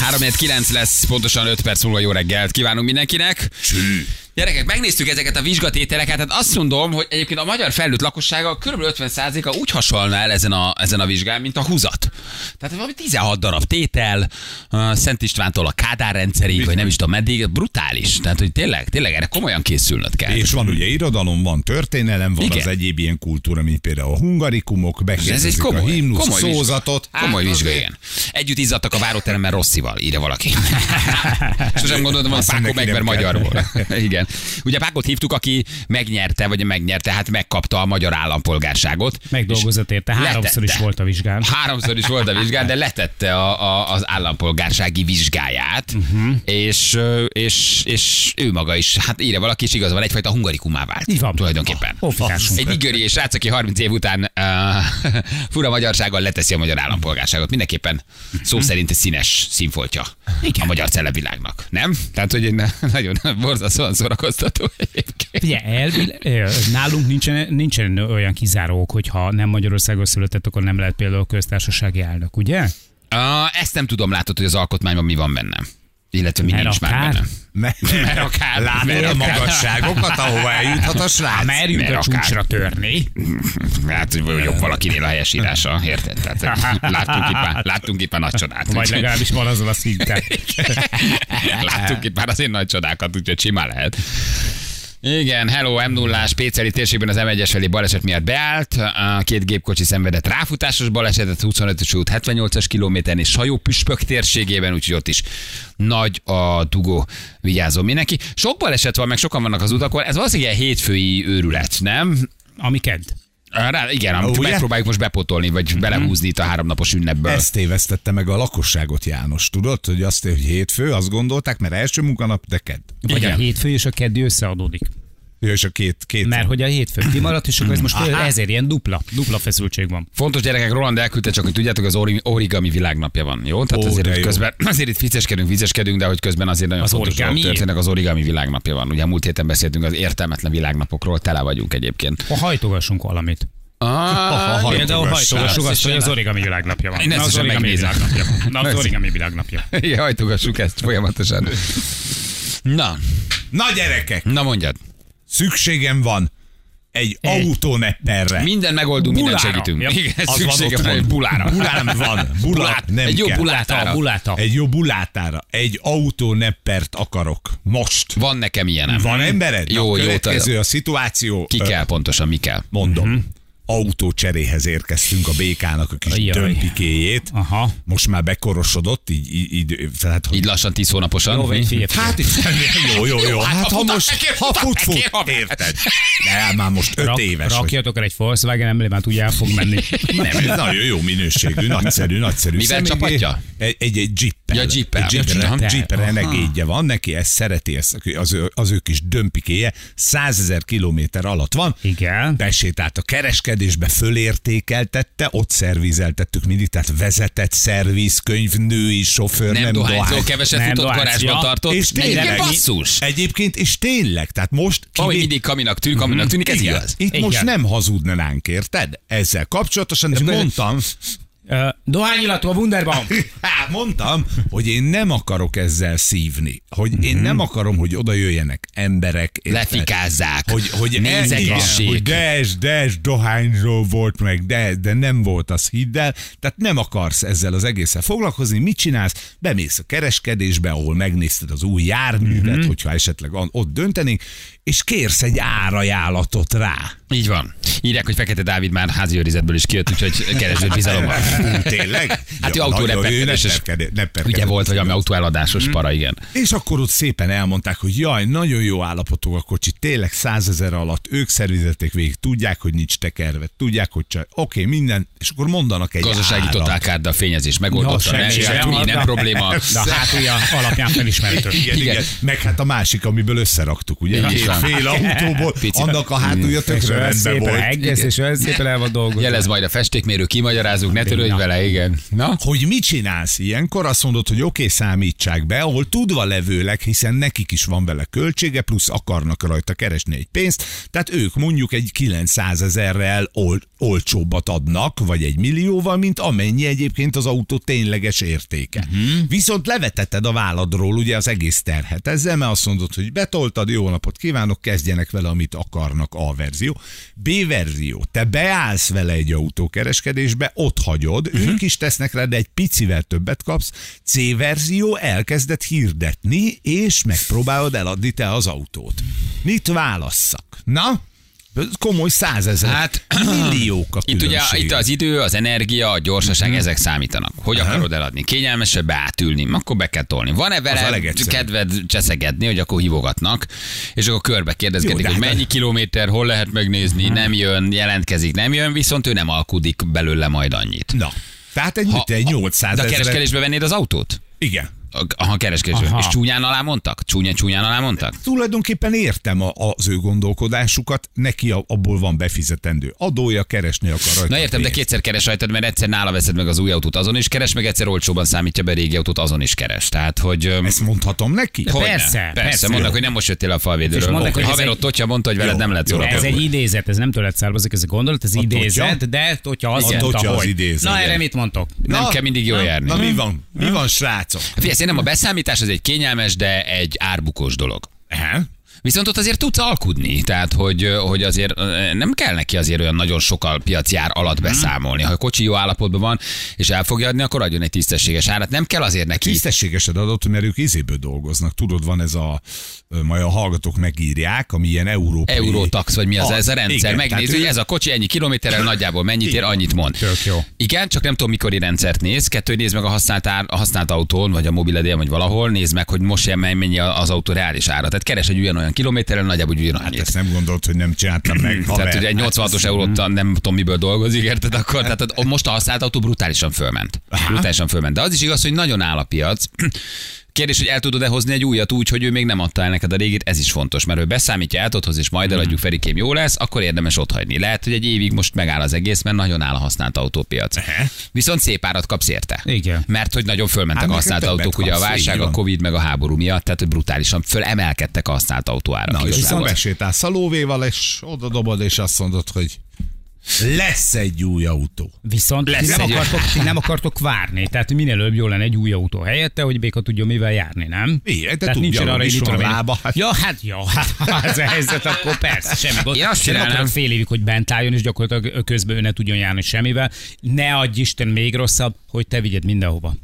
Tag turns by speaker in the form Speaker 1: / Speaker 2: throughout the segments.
Speaker 1: 3 9 lesz, pontosan 5 perc múlva jó reggelt kívánunk mindenkinek. Csű. Gyerekek, megnéztük ezeket a vizsgatételeket, hát azt mondom, hogy egyébként a magyar felnőtt lakossága kb. 50%-a úgy hasonlna el ezen a, ezen a vizsgán, mint a húzat. Tehát valami 16 darab tétel, a Szent Istvántól a Kádár rendszerig, vagy nem is tudom meddig, brutális. Tehát, hogy tényleg, tényleg erre komolyan készülnöd kell.
Speaker 2: És van ugye irodalom, van történelem, van
Speaker 1: Igen.
Speaker 2: Igen. az egyéb ilyen kultúra, mint például a hungarikumok,
Speaker 1: Ez egy
Speaker 2: bekérdezik a
Speaker 1: komoly,
Speaker 2: himnusz
Speaker 1: komoly vizsga.
Speaker 2: szózatot.
Speaker 1: Komoly
Speaker 2: Hát,
Speaker 1: vizsga,
Speaker 2: azért
Speaker 1: igen. Együtt izzadtak a váróteremben Rosszival, írja valaki. Sosem gondoltam, hogy
Speaker 2: Azt
Speaker 1: Pákó
Speaker 2: neki nem
Speaker 1: megver
Speaker 2: kell.
Speaker 1: magyarból. igen. Ugye Pákot hívtuk, aki megnyerte, vagy megnyerte, hát megkapta a magyar állampolgárságot.
Speaker 3: Megdolgozott érte,
Speaker 1: És
Speaker 3: háromszor is
Speaker 1: letette.
Speaker 3: volt a vizsgán.
Speaker 1: Háromszor is volt a vizsgán, de letette a, a, az állampolgársági vizsgáját,
Speaker 3: Mhm.
Speaker 1: uh-huh. és, ö, és, és ő maga is, hát írja valaki, és igaz van, egyfajta hungarikumá vált.
Speaker 3: Így van.
Speaker 1: Tulajdonképpen.
Speaker 3: Hófikás.
Speaker 1: Egy nigeri és srác, aki 30 év után uh, fura magyarsággal leteszi a magyar állampolgárságot. Mindenképpen szó
Speaker 3: Mhm.
Speaker 1: szerint egy színes színfoltja a magyar celebvilágnak. Nem? Tehát, hogy egy na- nagyon borzasztóan szórakoztató egyébként.
Speaker 3: Figyelj, elvi, ö, nálunk nincsen, nincsen olyan kizárók, hogyha nem Magyarországon született, akkor nem lehet például köztársasági elnök, ugye?
Speaker 1: Uh, ezt nem tudom, látod, hogy az alkotmányban mi van benne. Illetve mi
Speaker 3: Mert
Speaker 1: nincs már
Speaker 3: akár.
Speaker 1: benne.
Speaker 2: Mert,
Speaker 1: Mert akár. Mert
Speaker 2: Látod a
Speaker 1: akár.
Speaker 2: magasságokat, ahova eljuthat a srác.
Speaker 3: Merjünk
Speaker 1: mert
Speaker 3: a
Speaker 1: akár.
Speaker 3: csúcsra törni.
Speaker 1: Hát, hogy jobb valakinél a helyesírása, érted? Tehát, láttunk, itt már, láttunk itt már nagy csodát.
Speaker 3: Vagy
Speaker 1: Úgyhogy-
Speaker 3: legalábbis van azon a szinten.
Speaker 1: Láttuk itt már azért nagy csodákat, úgyhogy simán lehet. Igen, hello, m 0 Péceli térségben az M1-es felé baleset miatt beállt, a két gépkocsi szenvedett ráfutásos balesetet 25-ös út 78-as kilométeren és Sajópüspök térségében, úgyhogy ott is nagy a dugó, vigyázom mindenki. Sok baleset van, meg sokan vannak az utakon, ez valószínűleg ilyen hétfői őrület, nem?
Speaker 3: Ami kent.
Speaker 1: Rá, igen, amit
Speaker 2: Ugye? Mhm.
Speaker 1: megpróbáljuk most bepotolni, vagy belehúzni itt a háromnapos ünnepből.
Speaker 2: Ezt tévesztette meg a lakosságot János, tudod, hogy azt, hogy hétfő, azt gondolták, mert első munkanap, de kedd.
Speaker 3: Vagy
Speaker 1: Igen.
Speaker 3: a hétfő és a keddi összeadódik.
Speaker 2: Ő és a két, két
Speaker 3: Mert hogy a hétfő kimaradt, és akkor ez most ezért ilyen dupla, dupla feszültség van.
Speaker 1: Fontos gyerekek, Roland elküldte csak, hogy tudjátok, az ori- origami világnapja van, jó? Tehát
Speaker 2: Ó,
Speaker 1: azért,
Speaker 2: de
Speaker 1: hogy
Speaker 2: jó.
Speaker 1: közben, azért itt vicceskedünk, vicceskedünk, de hogy közben azért nagyon
Speaker 3: Az
Speaker 1: fontos
Speaker 3: origami?
Speaker 1: dolgok történnek, az origami világnapja van. Ugye a múlt héten beszéltünk az értelmetlen világnapokról, tele vagyunk egyébként.
Speaker 3: Ha hajtogassunk valamit.
Speaker 1: Ah,
Speaker 3: Például hajtogassuk azt, hogy az origami világnapja van.
Speaker 1: Én ezt
Speaker 3: Na, az
Speaker 1: is
Speaker 3: origami
Speaker 1: megnézem.
Speaker 3: világnapja van. Na, az
Speaker 1: Persze.
Speaker 3: origami világnapja.
Speaker 1: Igen, hajtogassuk ezt folyamatosan. Na,
Speaker 2: Na gyerekek,
Speaker 1: na mondjad.
Speaker 2: szükségem van egy autónetterre.
Speaker 1: Minden megoldunk, minden
Speaker 3: Bulára.
Speaker 1: segítünk.
Speaker 3: Ja.
Speaker 1: Igen,
Speaker 2: Az van
Speaker 1: szüksége
Speaker 2: otthon.
Speaker 1: van egy bulára.
Speaker 2: Bulám van. Bulát nem
Speaker 1: Egy jó
Speaker 2: kell.
Speaker 3: Buláta,
Speaker 1: bulátára.
Speaker 3: buláta.
Speaker 2: Egy jobb ulátára, egy autóneppert akarok. Most.
Speaker 1: Van nekem ilyenem.
Speaker 2: Van embered?
Speaker 1: Jó,
Speaker 2: Na,
Speaker 1: jó,
Speaker 2: Következő a szituáció.
Speaker 1: Ki
Speaker 2: Ö,
Speaker 1: kell pontosan, mi kell?
Speaker 2: Mondom. Autócseréhez érkeztünk a békának a kis
Speaker 3: Ajaj.
Speaker 2: dömpikéjét.
Speaker 3: Aha.
Speaker 2: Most már bekorosodott, így, így, így tehát, hogy
Speaker 1: Így lassan, tíz hónaposan.
Speaker 3: Jó, vagy figyelj.
Speaker 2: Hát is, jó, jó, jó. Hát ha
Speaker 1: futam,
Speaker 2: most,
Speaker 1: tekér,
Speaker 2: ha
Speaker 1: futam,
Speaker 2: fut,
Speaker 1: tekér, ha
Speaker 2: fut,
Speaker 1: ment.
Speaker 2: érted? De már most öt
Speaker 3: Rak,
Speaker 2: éves. vagy.
Speaker 3: rakjatok el egy Volkswagen emblémát, úgy el fog menni.
Speaker 2: Nem, ez nagyon jó minőségű, nagyszerű, nagyszerű.
Speaker 1: Mivel
Speaker 2: Személygép.
Speaker 1: csapatja?
Speaker 2: Egy, egy, egy jeeppel.
Speaker 1: Ja, jeeppel.
Speaker 2: Egy jeep,
Speaker 1: Jeep,
Speaker 2: jeep,
Speaker 1: aha.
Speaker 2: jeep renegédje van, neki ezt szereti, ezt, az, ő, az ő kis dömpikéje, 100 ezer kilométer alatt van.
Speaker 3: Igen.
Speaker 2: Besétált a kereskedésbe, fölértékeltette, ott szervizeltettük mindig, tehát vezetett szervizkönyv, női sofőr, nem,
Speaker 1: Nem, dohányzó,
Speaker 2: dohány.
Speaker 1: keveset
Speaker 3: Nem
Speaker 1: futott,
Speaker 3: dohányzó.
Speaker 1: garázsban
Speaker 3: Ja.
Speaker 1: tartott.
Speaker 2: És
Speaker 1: Igen,
Speaker 2: tényleg,
Speaker 1: basszus.
Speaker 2: Egyébként, és tényleg, tehát most
Speaker 1: Ahogy
Speaker 2: kivé-
Speaker 1: mindig kaminak tűnik, kaminak tűnik, ez
Speaker 2: Mm, Igen.
Speaker 1: igaz.
Speaker 2: Itt
Speaker 3: Igen.
Speaker 2: most nem hazudnánk, érted? Ezzel kapcsolatosan, és mondtam,
Speaker 3: Ö, Dohányillatú a Wunderbaum.
Speaker 2: Há, Hát, mondtam, hogy én nem akarok ezzel szívni. Hogy én
Speaker 1: Mhm.
Speaker 2: nem akarom, hogy oda jöjjenek emberek. érted?
Speaker 1: Lefikázzák.
Speaker 2: Hogy, hogy elnézést, hogy
Speaker 1: nézegessék.
Speaker 2: de ez, de ez dohányzó volt meg, de, de nem volt az, hidd el. Tehát nem akarsz ezzel az egészen foglalkozni. Mit csinálsz? Bemész a kereskedésbe, ahol megnézted az új járművet,
Speaker 1: Mhm.
Speaker 2: mm-hmm. hogyha esetleg an- ott döntenénk, és kérsz egy árajánlatot rá.
Speaker 1: Így van. Írják, hogy Fekete Dávid már házi őrizetből is kijött, úgyhogy kereső bizalommal.
Speaker 2: Fú, Tényleg?
Speaker 1: Hát ő
Speaker 2: Ja,
Speaker 1: autó
Speaker 2: nagyon, Mm. ő
Speaker 1: repkedés, és
Speaker 2: nepperkedő- nepperkedő.
Speaker 1: ugye volt, vagy ami autóeladásos para, igen.
Speaker 2: És akkor ott szépen elmondták, hogy jaj, nagyon jó állapotú a kocsi, tényleg százezer alatt, ők szervizették végig, tudják, hogy nincs tekerve, tudják, hogy csak, oké, minden, és akkor mondanak egy
Speaker 1: Gazdasági
Speaker 2: árat.
Speaker 1: totálkárda, a fényezés megoldotta,
Speaker 2: Ja,
Speaker 1: nem,
Speaker 2: semmi
Speaker 1: semmi,
Speaker 3: sem.
Speaker 1: nem probléma.
Speaker 3: De Hát
Speaker 2: hát-
Speaker 3: a hátulja alapján felismerhető.
Speaker 2: Igen, igen,
Speaker 1: Igen.
Speaker 2: igen, Meg hát a másik, amiből összeraktuk, ugye?
Speaker 1: Így
Speaker 2: Két
Speaker 1: van. Mm.
Speaker 2: fél autóból,
Speaker 1: Pici.
Speaker 2: annak a hátulja
Speaker 3: És
Speaker 2: tökre
Speaker 3: olyan
Speaker 2: rendben
Speaker 3: szépen
Speaker 2: volt.
Speaker 3: egész, és olyan szépen el van dolgozva.
Speaker 1: Jelez majd a festékmérő, kimagyarázzuk, ne törődj
Speaker 3: Na.
Speaker 1: vele, igen. Na, Aha.
Speaker 2: hogy mit csinálsz ilyenkor, azt mondod, hogy oké, okay, számítsák be, ahol tudva levőleg, hiszen nekik is van vele költsége, plusz akarnak rajta keresni egy pénzt, tehát ők mondjuk egy 900 ezerrel ol- olcsóbbat adnak, vagy egy millióval, mint amennyi egyébként az autó tényleges értéke. Uh-huh. Viszont leveteted a válladról ugye az egész terhet ezzel, mert azt mondod, hogy betoltad, jó napot kívánok, kezdjenek vele, amit akarnak A verzió. B verzió, te beállsz vele egy autókereskedésbe, ott hagyod,
Speaker 1: Mhm.
Speaker 2: uh-huh. ők is tesznek rá, de egy picivel többet kapsz. C verzió, elkezded hirdetni, és megpróbálod eladni te az autót. Mit válasszak? Na? Komoly százezer.
Speaker 1: Hát,
Speaker 2: milliók a
Speaker 1: Itt ugye
Speaker 2: különbség. Mhm.
Speaker 1: itt az idő, az energia, a gyorsaság, mm-hmm. ezek számítanak. Hogy Aha. akarod eladni? Kényelmesebb átülni, akkor be kell tolni. Van-e
Speaker 2: Az a
Speaker 1: vele
Speaker 2: legegyszerűbb.
Speaker 1: kedved cseszegedni, hogy akkor hívogatnak, és akkor körbe
Speaker 2: Jó,
Speaker 1: kérdezgetik,
Speaker 2: de
Speaker 1: hogy
Speaker 2: hát- Mhm.
Speaker 1: mennyi kilométer, hol lehet megnézni, nem jön, jelentkezik, nem jön, viszont ő nem alkudik belőle majd annyit.
Speaker 2: Na, tehát egy, ha, egy 800
Speaker 1: De a
Speaker 2: ezeret.
Speaker 1: kereskedésbe vennéd az autót?
Speaker 2: Igen.
Speaker 1: Aha, kereskedésbe.
Speaker 3: Aha.
Speaker 1: És csúnyán alá mondtak? Csúnya, csúnyán alá mondtak?
Speaker 2: Tulajdonképpen értem a, az ő gondolkodásukat, neki a, abból van befizetendő adója, keresni akar rajta
Speaker 1: Na értem, de
Speaker 2: pénzt.
Speaker 1: kétszer keres rajtad, mert egyszer nála veszed meg az új autót, azon is keres, meg egyszer olcsóban számítja be a régi autót, azon is keres. Tehát, hogy... öm,
Speaker 2: Ezt mondhatom neki?
Speaker 1: Hogyne.
Speaker 3: persze,
Speaker 1: persze,
Speaker 3: persze.
Speaker 1: persze. Mondnak, hogy nem most jöttél le a
Speaker 3: És
Speaker 1: falvédőről.
Speaker 3: mondnak,
Speaker 1: Mondnak, hogy
Speaker 3: hogy ez
Speaker 1: haverod
Speaker 3: egy-
Speaker 1: Totya mondta, hogy veled
Speaker 2: Jó,
Speaker 1: nem lehet
Speaker 2: jó,
Speaker 1: szóra.
Speaker 3: Ez egy
Speaker 1: kapni.
Speaker 3: idézet, ez nem tőled származik, ez a gondolat, ez idézet,
Speaker 2: totya?
Speaker 3: de hogyha azt
Speaker 2: A
Speaker 3: mondta,
Speaker 2: totya az
Speaker 3: hogy...
Speaker 2: idézet,
Speaker 3: Na, erre
Speaker 2: igen.
Speaker 3: mit mondtok?
Speaker 1: Nem
Speaker 2: Na,
Speaker 1: kell mindig jól
Speaker 2: na,
Speaker 1: járni. Hm. Hát
Speaker 2: Na mi van? Mi van, srácok?
Speaker 1: Figyelj, szerintem a beszámítás az egy kényelmes, de egy árbukós dolog.
Speaker 2: Ehe.
Speaker 1: Viszont ott azért tudsz alkudni, tehát hogy, hogy azért ö, nem kell neki azért olyan nagyon sokkal piaci ár alatt beszámolni. Ha a kocsi jó állapotban van, és el fogja adni, akkor adjon egy tisztességes árat. Nem kell azért neki.
Speaker 2: Tisztességesed adott, mert ők izéből dolgoznak. Tudod, van ez a, ö, majd a hallgatók megírják, ami ilyen európai...
Speaker 1: Eurótax, vagy mi az,
Speaker 2: Ah,
Speaker 1: ez a rendszer.
Speaker 2: igen,
Speaker 1: Megnézi,
Speaker 2: tehát ő-
Speaker 1: hogy ez a kocsi ennyi kilométerrel nagyjából mennyit ér, annyit mond.
Speaker 3: Tök jó.
Speaker 1: Igen, csak nem tudom, mikori rendszert néz. Kettő, nézd meg a használt, ár, a használt autón, vagy a mobiledén, vagy valahol, nézd meg, hogy most ilyen mennyi az autó reális ára. Tehát keres egy ugyanolyan kilométerrel, nagyjából ugyanannyit.
Speaker 2: Ezt nem gondolt, hogy nem csináltam meg. haver. Hát, Mhm.
Speaker 1: Tehát ugye egy 86-os eurót nem tudom miből dolgozik, érted akkor? Tehát a- most a használt autó brutálisan fölment. Brutálisan fölment. De az is igaz, hogy nagyon áll a piac. Kérdés, hogy el tudod-e hozni egy újat úgy, hogy ő még nem adta el neked a régit, ez is fontos, mert ő beszámítja, el tudod hozni, és
Speaker 2: Mhm.
Speaker 1: majd eladjuk Ferikém, jó lesz, akkor érdemes otthagyni. Lehet, hogy egy évig most megáll az egész, mert nagyon áll a használt autópiac. Viszont szép árat kapsz érte.
Speaker 3: Igen.
Speaker 1: Mert hogy nagyon fölmentek
Speaker 2: Hát
Speaker 1: a
Speaker 2: meg
Speaker 1: használt
Speaker 2: többet
Speaker 1: autók, ugye a
Speaker 2: kapsz, így
Speaker 1: válság, a
Speaker 2: van.
Speaker 1: Covid, meg a háború miatt, tehát hogy brutálisan fölemelkedtek a használt autóárak.
Speaker 2: Na, és
Speaker 1: igazából.
Speaker 2: viszont besétál szalóvéval, és oda dobod, és azt mondod, hogy lesz egy új autó.
Speaker 3: Viszont ti nem,
Speaker 1: egy-
Speaker 3: akartok, ti nem akartok várni, tehát minél előbb jó lenne egy új autó helyette, hogy Béka tudjon mivel járni, nem?
Speaker 2: Igen, de
Speaker 3: tehát
Speaker 2: tudja,
Speaker 3: nincsen arra,
Speaker 2: is
Speaker 3: hogy mit
Speaker 2: van
Speaker 3: tudom én-
Speaker 2: lába, hát-
Speaker 3: Ja, hát jó, hát ha ez a helyzet, akkor persze, semmi gond.
Speaker 1: Én azt
Speaker 3: Nem
Speaker 1: csinálnám.
Speaker 3: akarok fél évig, hogy bent álljon, és gyakorlatilag közben ő ne tudjon járni semmivel. Ne adj Isten még rosszabb, hogy te vigyed mindenhova.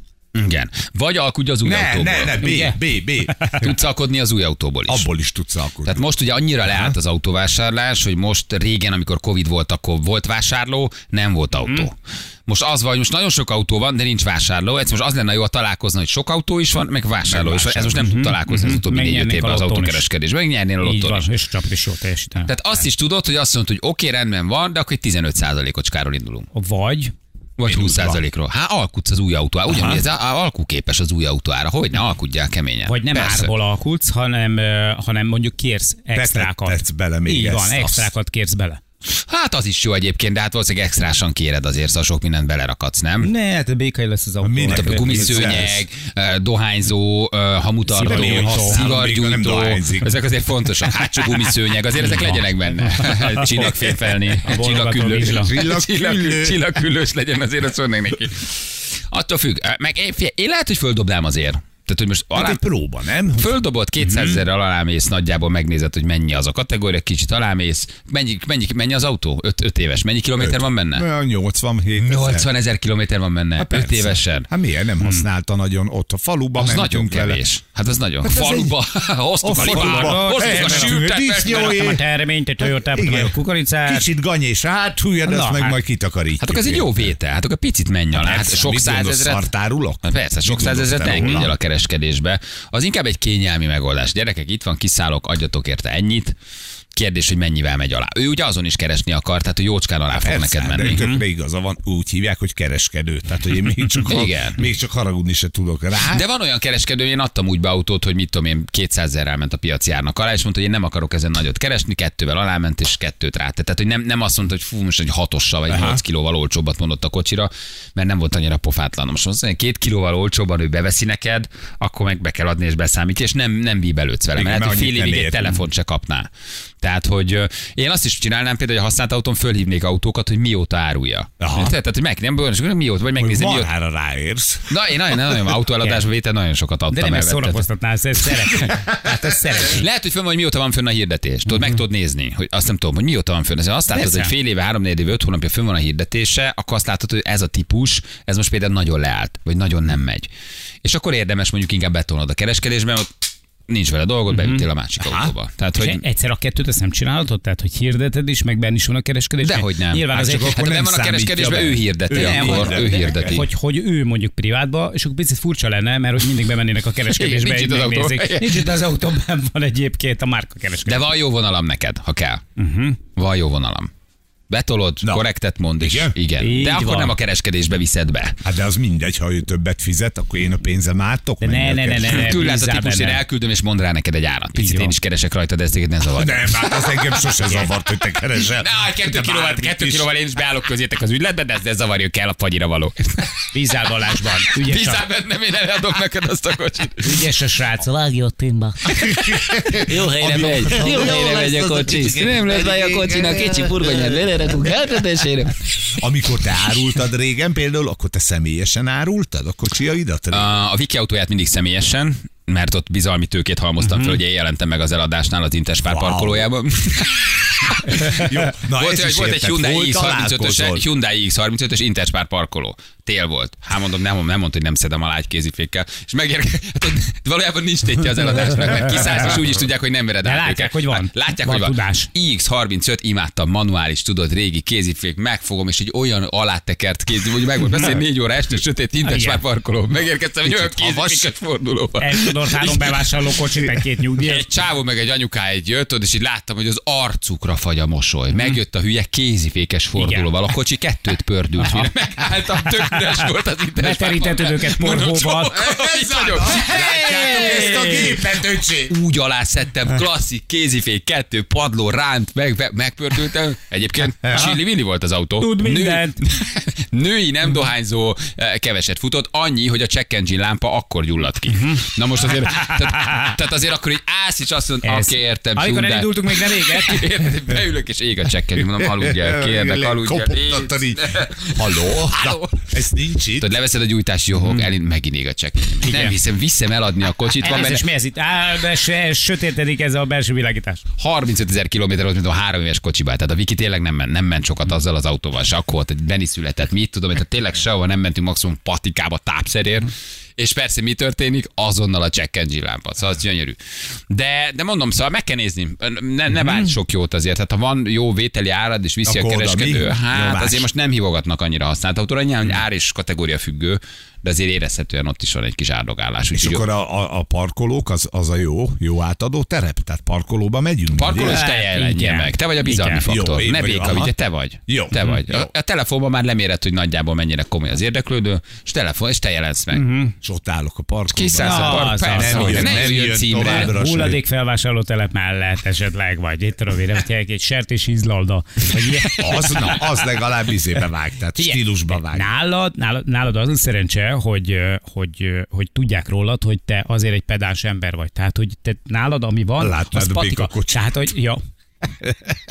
Speaker 1: Igen. Vagy alkudj az új
Speaker 2: Ne,
Speaker 1: autóból.
Speaker 2: ne, ne, B,
Speaker 3: Ugye?
Speaker 2: B, B.
Speaker 1: Tudsz alkudni az új autóból is.
Speaker 2: Abból is tudsz alkudni.
Speaker 1: Tehát most ugye annyira leállt az autóvásárlás, hogy most régen, amikor Covid volt, akkor volt vásárló, nem volt
Speaker 3: Mhm.
Speaker 1: autó. Most az van, hogy most nagyon sok autó van, de nincs vásárló. Ez most az lenne jó, ha találkozna, hogy sok autó is van, meg vásárló is van. Ez most nem tud találkozni az utóbbi négy-öt
Speaker 3: Mhm. Megnyernék
Speaker 1: évben
Speaker 3: a
Speaker 1: az
Speaker 3: lottón is.
Speaker 1: autókereskedésben. Megnyernél a
Speaker 3: Így
Speaker 1: lottón
Speaker 3: van,
Speaker 1: is.
Speaker 3: és a csapat is jól teljesítene.
Speaker 1: Tehát azt is tudod, hogy azt mondod, hogy oké, okay, rendben van, de akkor egy 15%-ocskáról indulunk.
Speaker 3: Vagy
Speaker 1: Vagy 20%-ról. Hát alkudsz az új autó. Ugyanúgy ez á- á- alkuképes az új autóára. Hogy ne alkudjál keményen.
Speaker 3: Vagy nem
Speaker 1: Persze.
Speaker 3: Persze. árból alkudsz, hanem, ö, hanem mondjuk kérsz extrákat.
Speaker 2: Te tetsz bele még
Speaker 3: Így
Speaker 2: ezt,
Speaker 3: van,
Speaker 2: azt.
Speaker 3: extrákat kérsz bele.
Speaker 1: Hát az is jó egyébként, de hát valószínűleg extrásan kéred azért, szóval sok mindent belerakadsz, nem?
Speaker 3: Ne, hát a békai lesz az autó.
Speaker 2: minek?
Speaker 1: Mint a gumiszőnyeg, eh, dohányzó, eh, hamutartó,
Speaker 2: Szivargyújtó. Nem
Speaker 1: szivargyújtó.
Speaker 2: dohányzik.
Speaker 1: Ezek azért fontosak. Hátsó gumiszőnyeg, azért ezek legyenek benne. Csillagfényfelni,
Speaker 3: A
Speaker 1: csillagküllős.
Speaker 3: Volvo
Speaker 2: Csillagküllő.
Speaker 1: Csillag- Csillagküllős legyen, azért azt mondnak neki. Attól függ. Eh, Meg én, figyelj, én lehet, hogy földobnám azért. Tehát, hogy most
Speaker 2: Hát
Speaker 1: alá
Speaker 2: egy próba, nem?
Speaker 1: Földobod 200 ezerrel
Speaker 2: Mhm.
Speaker 1: alámész, nagyjából megnézed, hogy mennyi az a kategória, kicsit alámész. Mennyi, mennyi, mennyi az autó? 5, 5 éves. Mennyi kilométer van benne?
Speaker 2: Olyan 87 ezer.
Speaker 1: 80 ezer kilométer van benne. 5
Speaker 2: Persze.
Speaker 1: évesen.
Speaker 2: Hát miért nem használta nagyon ott a faluba?
Speaker 1: Az
Speaker 2: mentünk
Speaker 1: nagyon
Speaker 2: vele.
Speaker 1: kevés. Hát az nagyon.
Speaker 2: Hát ez
Speaker 1: faluba,
Speaker 2: A
Speaker 1: hoztuk a
Speaker 2: faluba.
Speaker 1: libára, hoztuk a
Speaker 2: Elmentünk
Speaker 1: sültet, Hát
Speaker 2: disznóért.
Speaker 1: megmentem.
Speaker 3: A terményt, a toyota
Speaker 2: Igen.
Speaker 3: a kukoricát.
Speaker 2: Kicsit ganyés hátulja, Hát- de
Speaker 3: Na,
Speaker 2: azt meg
Speaker 3: hát-
Speaker 2: majd kitakarítjuk.
Speaker 1: Hát akkor ez egy jó vétel, hát akkor picit menj alá. Hát
Speaker 2: Persze,
Speaker 1: sok
Speaker 2: mit gondolsz,
Speaker 1: százezret.
Speaker 2: Szartárulok?
Speaker 1: Na Persze, sok
Speaker 2: Mit gondolsz
Speaker 1: százezret
Speaker 2: te
Speaker 1: ne engedj
Speaker 2: róla?
Speaker 1: el a kereskedésbe. Az inkább egy kényelmi megoldás. Gyerekek, itt van, kiszállok, adjatok érte ennyit. Kérdés, hogy mennyivel megy alá. Ő ugye azon is keresni akar, tehát a jócskán alá fog neked
Speaker 2: de
Speaker 1: menni.
Speaker 2: tökre igaza van, úgy hívják, hogy kereskedő. Tehát, hogy én még csak, ha,
Speaker 1: Igen.
Speaker 2: még csak haragudni se tudok rá.
Speaker 1: De van olyan kereskedő, én adtam úgy be autót, hogy mit tudom én, 200 ezerrel ment a piacjárnak alá, és mondta, hogy én nem akarok ezen nagyot keresni, kettővel aláment, és kettőt rátett. Tehát, hogy nem, nem azt mondta, hogy fú, most egy hatossal vagy 8 kilóval olcsóbbat mondott a kocsira, mert nem volt annyira pofátlan. Most azt mondja, két kilóval olcsóban ő beveszi neked, akkor meg be kell adni és beszámítja, és nem, nem bíbelődsz vele,
Speaker 2: Igen,
Speaker 1: mert,
Speaker 2: mert
Speaker 1: hát, hogy fél
Speaker 2: annyit nem
Speaker 1: évig egy
Speaker 2: ér.
Speaker 1: telefont se kapnál. Tehát, hogy ö, én azt is csinálnám például, hogy a használt autón fölhívnék autókat, hogy mióta árulja.
Speaker 2: Aha.
Speaker 1: Tehát, tehát, hogy meg, nem bőrös, mióta, vagy
Speaker 2: Hogy
Speaker 1: megnézni, mióta.
Speaker 2: marhára ráérsz.
Speaker 1: Na, én nagyon, nagyon autóeladásba vétel nagyon sokat adtam.
Speaker 3: De nem ezt
Speaker 1: elvettem.
Speaker 3: szórakoztatná, ezt ezt szeretem. Hát ezt szeretem.
Speaker 1: Lehet, hogy fönn van, hogy mióta van fönn a hirdetés. Tudod, meg tudod nézni, hogy azt nem tudom, hogy mióta van fönn. Ez azt látod,
Speaker 3: Mhm. Persze.
Speaker 1: hogy fél éve, három, négy éve, öt hónapja fönn van a hirdetése, akkor azt látod, hogy ez a típus, ez most például nagyon leállt, vagy nagyon nem megy. És akkor érdemes mondjuk inkább betonod a kereskedésben, ott nincs vele dolgod, beütél a másik autóba. Tehát,
Speaker 3: Mhm. És
Speaker 1: hogy
Speaker 3: egyszer a kettőt ezt nem csinálhatod? Tehát, hogy hirdeted is, meg benne is van a kereskedés?
Speaker 1: Dehogy nem.
Speaker 3: Nyilván
Speaker 1: Hát
Speaker 3: az
Speaker 1: csak
Speaker 3: egy...
Speaker 1: akkor hát,
Speaker 2: nem
Speaker 1: nem van a
Speaker 2: számítja
Speaker 1: kereskedésben,
Speaker 2: be.
Speaker 1: ő hirdeti,
Speaker 2: Ő nem
Speaker 1: akkor ő
Speaker 2: hirdeti.
Speaker 1: hirdeti.
Speaker 3: Hogy, hogy ő mondjuk privátba, és akkor picit furcsa lenne, mert hogy mindig bemennének a
Speaker 1: Igen,
Speaker 3: kereskedésbe,
Speaker 1: nincs
Speaker 3: így
Speaker 1: itt az autó.
Speaker 3: megnézik. Nincs itt az autó, benn van egyébként a márka kereskedés.
Speaker 1: De van jó vonalam neked, ha kell. Uh-huh. Van jó vonalam. Betolod,
Speaker 2: Na.
Speaker 1: korrektet mond, és igen.
Speaker 2: Igen?
Speaker 1: igen.
Speaker 3: Így
Speaker 1: De akkor
Speaker 3: van.
Speaker 1: nem a kereskedésbe viszed be.
Speaker 2: Hát de az mindegy, ha ő többet fizet, akkor én a pénzem átok.
Speaker 3: De ne, ne, ne, ne, ne.
Speaker 1: Tűrj le ezt a
Speaker 3: bízzál
Speaker 1: típust, én
Speaker 3: benne.
Speaker 1: elküldöm, és mondd rá neked egy árat.
Speaker 3: Így
Speaker 1: Picit
Speaker 3: van.
Speaker 1: én is keresek rajta, de ezt téged ne zavarj.
Speaker 2: Nem, hát az engem sose zavart, hogy te keresel.
Speaker 1: Na, hát kettő
Speaker 2: De
Speaker 1: kilóval,
Speaker 2: bármit
Speaker 1: kettő
Speaker 2: is.
Speaker 1: kilóval én is beállok közétek az ügyletbe, de ezt ne zavarja kell a fagyira való.
Speaker 3: Bízzál Balázsban. Ügyes a,
Speaker 1: Bízál bennem, én eladok neked azt a kocsit.
Speaker 3: ügyes a srác.
Speaker 4: Szóval vágj ott timba. Jó helyre megy. Jó helyre megy a kocsi. Nem lesz baj a kocsinak, kicsi hát furgonyát belerakunk hátradesére.
Speaker 2: Amikor te árultad régen például, akkor te személyesen árultad a kocsiaidat? Uh,
Speaker 1: A Viki autóját mindig személyesen, mert ott bizalmi tőkét halmoztam fel, hogy én jelentem meg az eladásnál az Intespár
Speaker 2: Wow.
Speaker 1: parkolójában.
Speaker 2: Jó, na
Speaker 1: Ah, volt,
Speaker 2: ez
Speaker 1: egy,
Speaker 2: is
Speaker 1: volt egy
Speaker 2: érted,
Speaker 1: Hyundai
Speaker 2: hol
Speaker 1: X35-ös,
Speaker 2: találkozol?
Speaker 1: Hyundai X35-ös Interspár parkoló. Tél volt. Hát mondom, nem, nem mondta, hogy nem szedem alá egy kézifékkel. És megérkezett, hát, hogy valójában nincs tétje az eladásnak, mert kiszállsz, és úgy is tudják, hogy nem vered
Speaker 3: De
Speaker 1: át
Speaker 3: látják,
Speaker 1: őket.
Speaker 3: hogy van.
Speaker 1: Hát Látják,
Speaker 3: Van
Speaker 1: hogy van.
Speaker 3: tudás.
Speaker 1: X35 imádtam, manuális, tudod, régi kézifék, megfogom, és egy olyan alátekert kéz, hogy meg volt beszélni, négy óra este, sötét, Interspár
Speaker 3: Igen.
Speaker 1: parkoló. Megérkeztem egy olyan kézifékes fordulóba.
Speaker 3: Eltudod három bevásárló kocsit, meg két nyugdíjas.
Speaker 1: Egy csávó meg egy anyuká egy jött, és így láttam, hogy az arcukra fagy a mosoly. Megjött a hülye kézifékes fordulóval, a kocsi kettőt pördült, mire megálltam, tök üres volt az internet.
Speaker 3: Beterítetted őket porhóval.
Speaker 1: Ez vagyok.
Speaker 2: Ezt a gépet, öcsém!
Speaker 1: Úgy alá szedtem, klasszik kézifék, kettő padló ránt, meg, meg- megpördültem. Egyébként Silly Willy volt az autó.
Speaker 3: Tud
Speaker 1: Nő-
Speaker 3: mindent. Mhm.
Speaker 1: Női nem dohányzó eh, keveset futott, annyi, hogy a check engine lámpa akkor gyulladt ki.
Speaker 3: Mhm.
Speaker 1: Na most azért, tehát, tehát azért akkor így állsz, és azt mondod,
Speaker 3: Ez-
Speaker 1: oké, értem,
Speaker 3: Amikor
Speaker 1: Hyundai.
Speaker 3: elindultunk, még nem égett.
Speaker 1: Érted, beülök és ég a csekkedő, mondom, aludjál, kérlek, aludjál.
Speaker 2: Kopogtattad így.
Speaker 1: Halló? Halló?
Speaker 2: Ez nincs itt.
Speaker 1: Tudod, leveszed a gyújtási
Speaker 3: Mhm.
Speaker 1: johog, elint megint ég a csekkedő. Nem hiszem, viszem eladni a kocsit, van
Speaker 3: Hát Ez
Speaker 1: benne
Speaker 3: és mi ez itt? Á, de se- sötétedik ez a belső világítás.
Speaker 1: 35 ezer kilométer volt, mint a három éves kocsiba. Tehát a Viki tényleg nem ment, nem ment sokat azzal az autóval, se akkor volt, Benny született, mit tudom, én, tehát tényleg sehova nem mentünk maximum patikába tápszerért. És persze mi történik? Azonnal a check engine lámpa. Szóval az gyönyörű. De, de mondom, szóval meg kell nézni. Ne, ne várj sok jót azért. Tehát ha van jó vételi árad és viszi
Speaker 2: Mhm. Akkor
Speaker 1: a
Speaker 2: oda,
Speaker 1: kereskedő,
Speaker 2: mi?
Speaker 1: hát
Speaker 2: Nyomás.
Speaker 1: azért most nem hívogatnak annyira használt autóra. Nyilván,
Speaker 2: Mhm.
Speaker 1: hogy ár és kategória függő, de azért érezhetően ott is van egy kis árdogálás.
Speaker 2: És
Speaker 1: Úgyhogy
Speaker 2: akkor a, a, a parkolók az, az a jó, jó átadó terep? Tehát parkolóba megyünk?
Speaker 1: Parkoló és
Speaker 2: mindig?
Speaker 1: te
Speaker 3: Hát,
Speaker 1: jelenjél
Speaker 3: igen.
Speaker 1: meg. Te vagy a bizalmi
Speaker 3: Igen.
Speaker 1: faktor.
Speaker 2: Jó, én
Speaker 1: ne
Speaker 2: vagyok.
Speaker 1: béka,
Speaker 2: Aha.
Speaker 1: ugye te vagy.
Speaker 2: Jó.
Speaker 1: Te vagy.
Speaker 2: Jó.
Speaker 1: A, a telefonban már leméred, hogy nagyjából mennyire komoly az érdeklődő, és telefon, és te jelensz meg. Mm-hmm.
Speaker 2: És ott állok a parkolóban.
Speaker 1: Kiszállsz a
Speaker 3: Na,
Speaker 1: park,
Speaker 3: az,
Speaker 1: persze,
Speaker 3: az,
Speaker 1: hogy ne,
Speaker 2: Mhm. az.
Speaker 1: ne
Speaker 2: Nem
Speaker 1: jöjjön
Speaker 2: jön
Speaker 1: címre.
Speaker 2: tovább. Rasmi.
Speaker 3: Hulladék felvásárló telep mellett esetleg, vagy itt tudom én, hogyha egy sertés ízlalda, vagy ilyen.
Speaker 2: Az, na, az legalább izébe vág, tehát
Speaker 3: Figyelj,
Speaker 2: stílusba vág.
Speaker 3: Nálad, nálad, nálad az a szerencse, hogy, ö, hogy, ö, hogy tudják rólad, hogy te azért egy pedáns ember vagy. Tehát, hogy te nálad, ami van,
Speaker 2: Látnád
Speaker 3: az
Speaker 2: a
Speaker 3: patika.
Speaker 2: békakocsit.
Speaker 3: Tehát, hogy ja,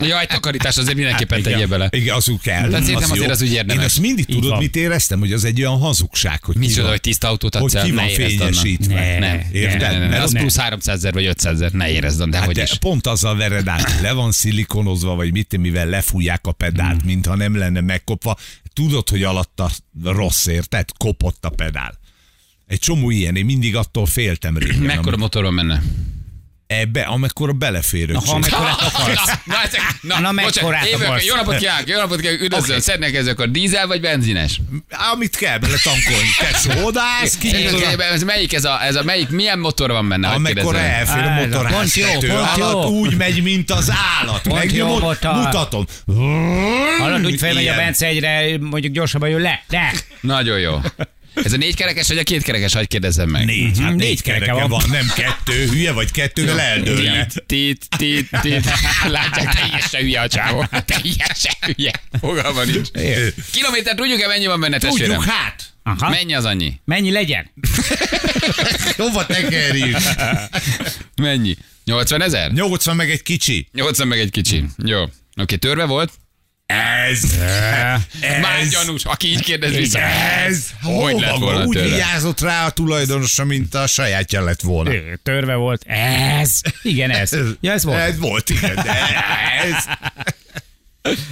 Speaker 1: Jaj, takarítás azért mindenképpen
Speaker 3: Igen.
Speaker 1: tegye bele.
Speaker 2: Hát Igen, az úgy kell.
Speaker 1: Tehát szerintem azért
Speaker 2: jó.
Speaker 1: az úgy érdemes.
Speaker 2: Én azt mindig
Speaker 3: Így
Speaker 2: tudod,
Speaker 3: van.
Speaker 2: mit éreztem, hogy az egy olyan hazugság, hogy ki
Speaker 1: Micsoda,
Speaker 2: van,
Speaker 1: hogy tiszta autót adsz
Speaker 2: hogy
Speaker 1: el,
Speaker 2: ki
Speaker 1: ne
Speaker 2: van
Speaker 1: érezd annak.
Speaker 2: fényesítve.
Speaker 3: Ne,
Speaker 1: Nem,
Speaker 2: érted?
Speaker 1: nem, nem, nem,
Speaker 2: Mert
Speaker 1: az
Speaker 2: az-
Speaker 1: plusz 300 ezer vagy 500 ezer, ne érezd, de
Speaker 2: Hát
Speaker 1: hogy
Speaker 2: de
Speaker 1: is.
Speaker 2: pont azzal vered át, hogy le van szilikonozva, vagy mit, mivel lefújják a pedált,
Speaker 1: Hmm.
Speaker 2: mintha nem lenne megkopva. Tudod, hogy alatta rossz, érted? Kopott a pedál. Egy csomó ilyen, én mindig attól féltem régen.
Speaker 1: Mekkora motoron menne?
Speaker 2: Ebbe, amekkora beleférő.
Speaker 3: Na, ha amekkorát akarsz.
Speaker 1: Na, ezek, na,
Speaker 3: Na,
Speaker 1: bocsánat,
Speaker 3: mekkorát
Speaker 1: évek-
Speaker 3: akarsz?
Speaker 1: Jó napot kívánok, jó napot kívánok, üdvözlöm, okay. szednek ezek a dízel vagy benzines?
Speaker 2: Amit kell bele tankolni. Te odász,
Speaker 1: Szerintetek
Speaker 2: kinyitod.
Speaker 1: Ez melyik, ez a, ez a melyik, milyen motor van benne? Hadd
Speaker 2: Amekkora
Speaker 1: kérdezzem.
Speaker 2: elfér a
Speaker 3: Á,
Speaker 2: motorház
Speaker 3: pont jó,
Speaker 2: tető
Speaker 3: pont jó.
Speaker 2: alatt, úgy megy, mint az állat.
Speaker 3: Pont
Speaker 2: Megnyomod,
Speaker 3: jó motor.
Speaker 2: mutatom.
Speaker 3: Hallod, úgy felmegy a
Speaker 2: Ilyen.
Speaker 3: Bence egyre, mondjuk gyorsabban jön le. Le!
Speaker 1: Nagyon jó. Ez a négykerekes vagy a kétkerekes, hagyj kérdezzem meg.
Speaker 2: Négy, hát négy
Speaker 3: kereke
Speaker 2: kereke
Speaker 3: van.
Speaker 2: van, nem kettő, hülye vagy kettővel eldőlne.
Speaker 1: Tit, tit, tit, tit. Látják, teljesen hülye a csávó. Teljesen hülye. Fogalma nincs. Kilométer tudjuk-e, mennyi van benne, testvérem?
Speaker 2: Tudjuk hát.
Speaker 3: Aha.
Speaker 1: Mennyi az annyi?
Speaker 3: Mennyi legyen?
Speaker 2: Hova tekerjük?
Speaker 1: Mennyi? 80 ezer?
Speaker 2: 80 meg egy kicsi.
Speaker 1: 80 meg egy kicsi. Jó. Oké, törve volt?
Speaker 2: Ez. Ez.
Speaker 1: Már gyanús, aki így kérdez vissza.
Speaker 2: Ez.
Speaker 1: Hogy
Speaker 2: Hova
Speaker 1: lett
Speaker 2: van?
Speaker 1: volna
Speaker 2: Úgy
Speaker 1: tőle?
Speaker 2: vigyázott rá a tulajdonosa, mint a sajátja lett volna.
Speaker 3: Ő, Törve volt. Ez. Igen, ez. Ja, ez volt.
Speaker 2: Ez volt, igen, de ez.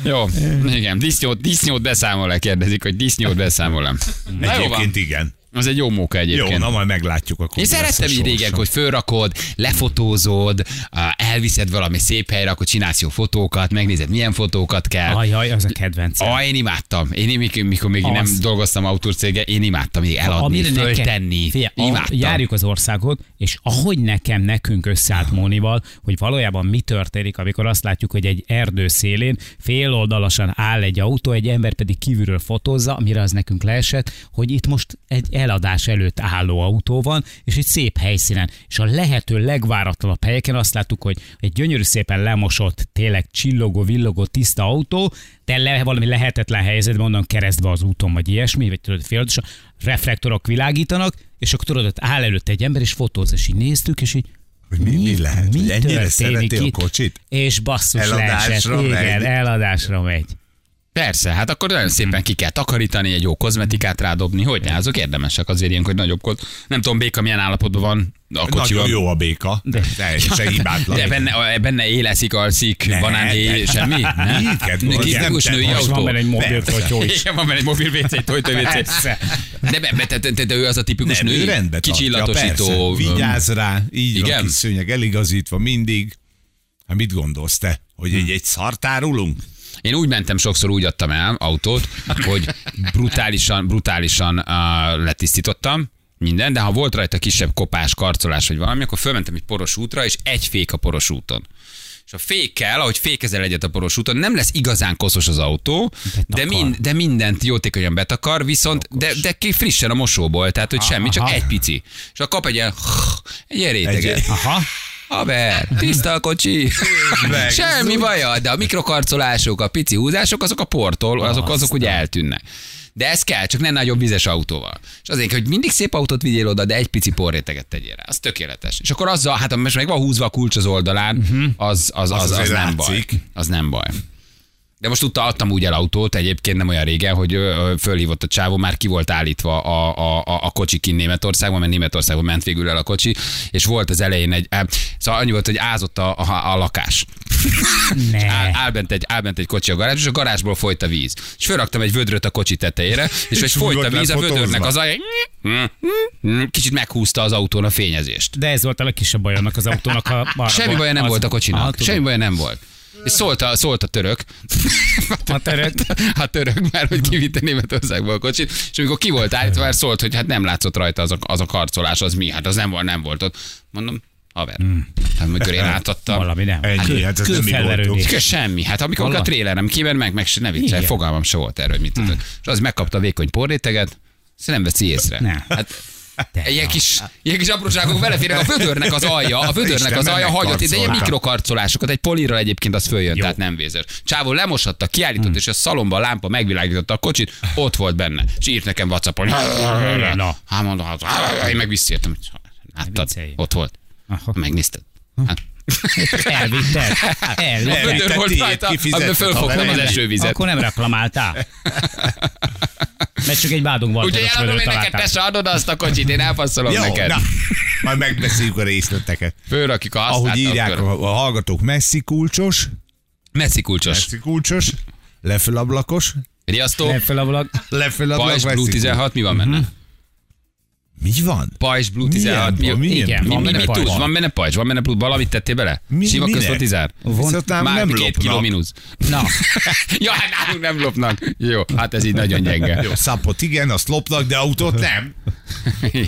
Speaker 1: Jó, igen, disznyót, disznyót beszámol-e, kérdezik, hogy disznyót beszámol-e. Na jó van,
Speaker 2: Egyébként igen.
Speaker 1: az egy jó móka egyébként.
Speaker 2: Jó, na majd meglátjuk akkor.
Speaker 1: Én
Speaker 2: mi lesz a
Speaker 1: szerettem így
Speaker 2: sorsa.
Speaker 1: régen, hogy fölrakod, lefotózod, á, elviszed valami szép helyre, akkor csinálsz jó fotókat, megnézed, milyen fotókat kell.
Speaker 3: Ajaj, az a kedvencem.
Speaker 1: Ah, én imádtam. Én mikor, mikor még
Speaker 3: Az.
Speaker 1: nem dolgoztam autócége, én imádtam még eladni,
Speaker 3: Amire nekem-
Speaker 1: föltenni.
Speaker 3: Figyelj, a-
Speaker 1: imádtam.
Speaker 3: Járjuk az országot, és ahogy nekem nekünk összeállt Mónival, hogy valójában mi történik, amikor azt látjuk, hogy egy erdő szélén féloldalasan áll egy autó, egy ember pedig kívülről fotózza, amire az nekünk leesett, hogy itt most egy eladás előtt álló autó van, és egy szép helyszínen. És a lehető legváratlanabb helyeken azt láttuk, hogy egy gyönyörű szépen lemosott, tényleg csillogó, villogó, tiszta autó, de le, valami lehetetlen helyzetben, onnan keresztbe az úton, vagy ilyesmi, vagy tudod, fél, és a reflektorok világítanak, és akkor tudod, ott áll előtt egy ember, és fotóz, és így néztük, és így
Speaker 2: Hogy mi, mi lehet?
Speaker 3: mi
Speaker 2: Hát, hogy ennyire
Speaker 3: történik
Speaker 2: szereti a
Speaker 3: itt?
Speaker 2: kocsit?
Speaker 3: És basszus
Speaker 2: Eladásra
Speaker 3: leesett.
Speaker 2: megy.
Speaker 3: Igen, eladásra megy.
Speaker 1: Persze, hát akkor nagyon szépen ki kell takarítani, egy jó kozmetikát rádobni, hogy ne, azok érdemesek azért ilyenkor hogy nagyobb koc. Nem tudom, béka milyen állapotban van a kocsival.
Speaker 2: Nagyon jó a béka. De. Teljesen hibátlan.
Speaker 1: De benne, benne éleszik, alszik,
Speaker 2: Ne,
Speaker 1: van ám éj,
Speaker 2: ne.
Speaker 1: semmi? Nem?
Speaker 2: Miket
Speaker 1: Neki
Speaker 2: gondolsz?
Speaker 1: tipikus
Speaker 2: Nem,
Speaker 1: női
Speaker 2: nem,
Speaker 3: És
Speaker 1: autó.
Speaker 3: van benne egy mobil
Speaker 2: Persze.
Speaker 3: totyó is.
Speaker 1: Igen, van benne egy mobil WC, egy tojtó WC.
Speaker 3: Persze.
Speaker 1: De, be, be, te, te, te, ő az a tipikus
Speaker 2: Nem, ő
Speaker 1: női,
Speaker 2: rendbe
Speaker 1: kicsillatosító.
Speaker 2: tartja, persze. Vigyázz rá, így
Speaker 1: igen?
Speaker 2: van, kis szőnyeg eligazítva mindig. Hát mit gondolsz te, hogy egy, egy szartárulunk?
Speaker 1: Én úgy mentem, sokszor úgy adtam el autót, hogy brutálisan, brutálisan uh, letisztítottam minden, de ha volt rajta kisebb kopás, karcolás vagy valami, akkor fölmentem egy poros útra, és egy fék a poros úton. És a fékkel, ahogy fékezel egyet a poros úton, nem lesz igazán koszos az autó, de, mind, de mindent jótékonyan betakar, viszont de, de ki frissen a mosóból, tehát hogy semmi, csak
Speaker 3: aha.
Speaker 1: egy pici. És akkor kap egy ilyen, egy ilyen réteget.
Speaker 2: Egy-
Speaker 3: Aha.
Speaker 1: Haver, tiszta a kocsi.
Speaker 2: Meg,
Speaker 1: Semmi baja, de a mikrokarcolások, a pici húzások, azok a portól, azok, azok ugye eltűnnek. De ez kell, csak ne nagyobb vizes autóval. És azért, hogy mindig szép autót vigyél oda, de egy pici porréteget tegyél rá. Az tökéletes. És akkor azzal, hát most meg van húzva a kulcs az oldalán, az, az, az, az, az,
Speaker 2: Mhm. azért
Speaker 1: nem baj.
Speaker 2: látszik.
Speaker 1: Az nem baj. De most tudta, adtam úgy el autót egyébként nem olyan régen, hogy ö, ö, fölhívott a csávó, már ki volt állítva a, a, a, a kocsi kint Németországban, mert Németországban ment végül el a kocsi, és volt az elején egy, á, szóval annyi volt, hogy ázott a, a, a lakás. Áll,
Speaker 3: Ne.
Speaker 1: áll, bent egy, áll bent egy kocsi a garázs, és a garázsból folyt a víz. És fölraktam egy vödröt a kocsi tetejére, és hogy
Speaker 2: És úgy
Speaker 1: folyt a
Speaker 2: volt
Speaker 1: víz, a
Speaker 2: lefotózva.
Speaker 1: vödörnek az aja, kicsit meghúzta az autón a fényezést.
Speaker 3: De ez volt a legkisebb baj annak az autónak. Ha arra
Speaker 1: Semmi
Speaker 3: volt-
Speaker 1: baja nem
Speaker 3: az-
Speaker 1: volt a
Speaker 3: Aha,
Speaker 1: kocsinak,
Speaker 3: tudom.
Speaker 1: semmi baja nem volt. És szólt a, szólt a török.
Speaker 3: A török.
Speaker 1: A török már, hogy kivitte Németországba a kocsit, és amikor ki volt állítva, már szólt, hogy hát nem látszott rajta az a, az a karcolás, az mi, hát az nem volt, nem volt ott. Mondom, haver, hát amikor én átadtam,
Speaker 3: Hmm. Valami nem.
Speaker 2: Ennyi, hát ez nem mi
Speaker 3: Külfelverődés.
Speaker 2: voltunk.
Speaker 1: Kö, semmi. Hát amikor
Speaker 3: Hallod?
Speaker 1: a trélerem kiment, meg, meg se ne viccel,
Speaker 3: Igen. Hmm.
Speaker 1: fogalmam se volt erről, hogy mit tudok. És az megkapta a vékony porréteget, ezt nem veszi észre.
Speaker 3: Ne.
Speaker 1: Hát,
Speaker 3: De
Speaker 1: ilyen kis, ilyen kis apróságok beleférnek, a vödörnek az alja, a vödörnek
Speaker 2: Isten,
Speaker 1: az
Speaker 2: nem
Speaker 1: alja hagyott, ide ilyen
Speaker 2: megkarcolta.
Speaker 1: mikrokarcolásokat, egy polírral egyébként az följön,
Speaker 3: Jó. Hmm.
Speaker 1: tehát nem vézes. Csávó lemosatta, kiállított, és a szalomba a lámpa megvilágította a kocsit, ott volt benne. És írt nekem Whatsappon.
Speaker 3: Na.
Speaker 1: Hát mondom, hát, én meg visszaértem, hogy láttad,
Speaker 3: Viccelj.
Speaker 1: ott volt.
Speaker 3: Aha. Hm.
Speaker 1: Megnézted. Hát,
Speaker 3: Elvitted.
Speaker 1: a
Speaker 3: Elvitted.
Speaker 1: vödör
Speaker 2: Elvitted,
Speaker 1: volt
Speaker 2: tiéd,
Speaker 1: rajta,
Speaker 2: kifizetted,
Speaker 1: amiben fölfogtam
Speaker 2: haver.
Speaker 1: az esővizet.
Speaker 3: Akkor nem reklamáltál. Mert csak egy vádunk volt.
Speaker 1: Úgyhogy
Speaker 3: hogy ott
Speaker 1: eladom én
Speaker 3: fölött
Speaker 1: neked,
Speaker 3: találtál.
Speaker 1: te se adod azt a kocsit, én elpasszolom
Speaker 2: Jó,
Speaker 1: neked.
Speaker 2: na, majd megbeszéljük a részleteket.
Speaker 1: Fölrakjuk a használt
Speaker 2: Ahogy írják a, a hallgatók, messzi kulcsos,
Speaker 1: Messzi kulcsos.
Speaker 2: messzi kulcsos, lefölablakos,
Speaker 1: Riasztó,
Speaker 3: Nem fel a vlog.
Speaker 2: lefölablak,
Speaker 1: Pajzs, Blue 16, mi van benne?
Speaker 2: Mi van?
Speaker 1: Pajzs, Blue 16.
Speaker 2: Mhm. Milyen?
Speaker 1: mi,
Speaker 2: Milyen?
Speaker 1: igen,
Speaker 3: Van
Speaker 1: mi, mi,
Speaker 3: benne
Speaker 1: mi,
Speaker 3: pajzs.
Speaker 1: tudsz? Van benne pajzs, van benne Blue, valamit tettél bele?
Speaker 2: Mi-
Speaker 1: Sima
Speaker 2: minek?
Speaker 1: közpatizár.
Speaker 2: Viszont nem
Speaker 1: Már
Speaker 2: lopnak.
Speaker 1: két kiló mínusz.
Speaker 3: Na,
Speaker 1: ja, hát nálunk nem lopnak. Jó, hát ez így nagyon gyenge.
Speaker 2: Jó, szapot igen, azt lopnak, de autót nem.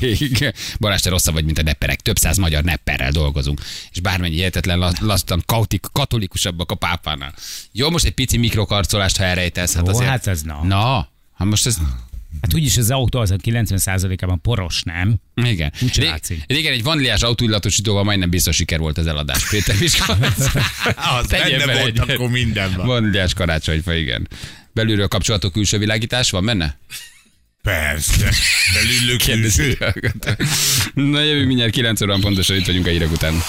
Speaker 1: Igen. Balázs, te rosszabb vagy, mint a nepperek. Több száz magyar nepperrel dolgozunk. És bármennyi hihetetlen laz- lazdan kautik, katolikusabbak a pápánál. Jó, most egy pici mikrokarcolást, ha elrejtesz. Hát
Speaker 3: Ó,
Speaker 1: azért...
Speaker 3: hát ez na.
Speaker 1: Na, hát most ez...
Speaker 3: hát úgyis az autó az a 90%-ában poros, nem?
Speaker 1: Igen.
Speaker 3: Úgy se
Speaker 1: Ré-
Speaker 3: látszik.
Speaker 1: Régen egy vandliás autóillatosítóval majdnem biztos siker volt az eladás. Péter Miskolc.
Speaker 2: Az
Speaker 1: Tegyél
Speaker 2: benne
Speaker 1: bele
Speaker 2: volt,
Speaker 1: egyet.
Speaker 2: akkor minden van.
Speaker 1: Vandliás karácsonyfa, igen. Belülről kapcsolatú külső világítás van benne?
Speaker 2: Persze. Belülök
Speaker 1: Na jövő mindjárt 9 óra pontosan itt vagyunk a hírek után.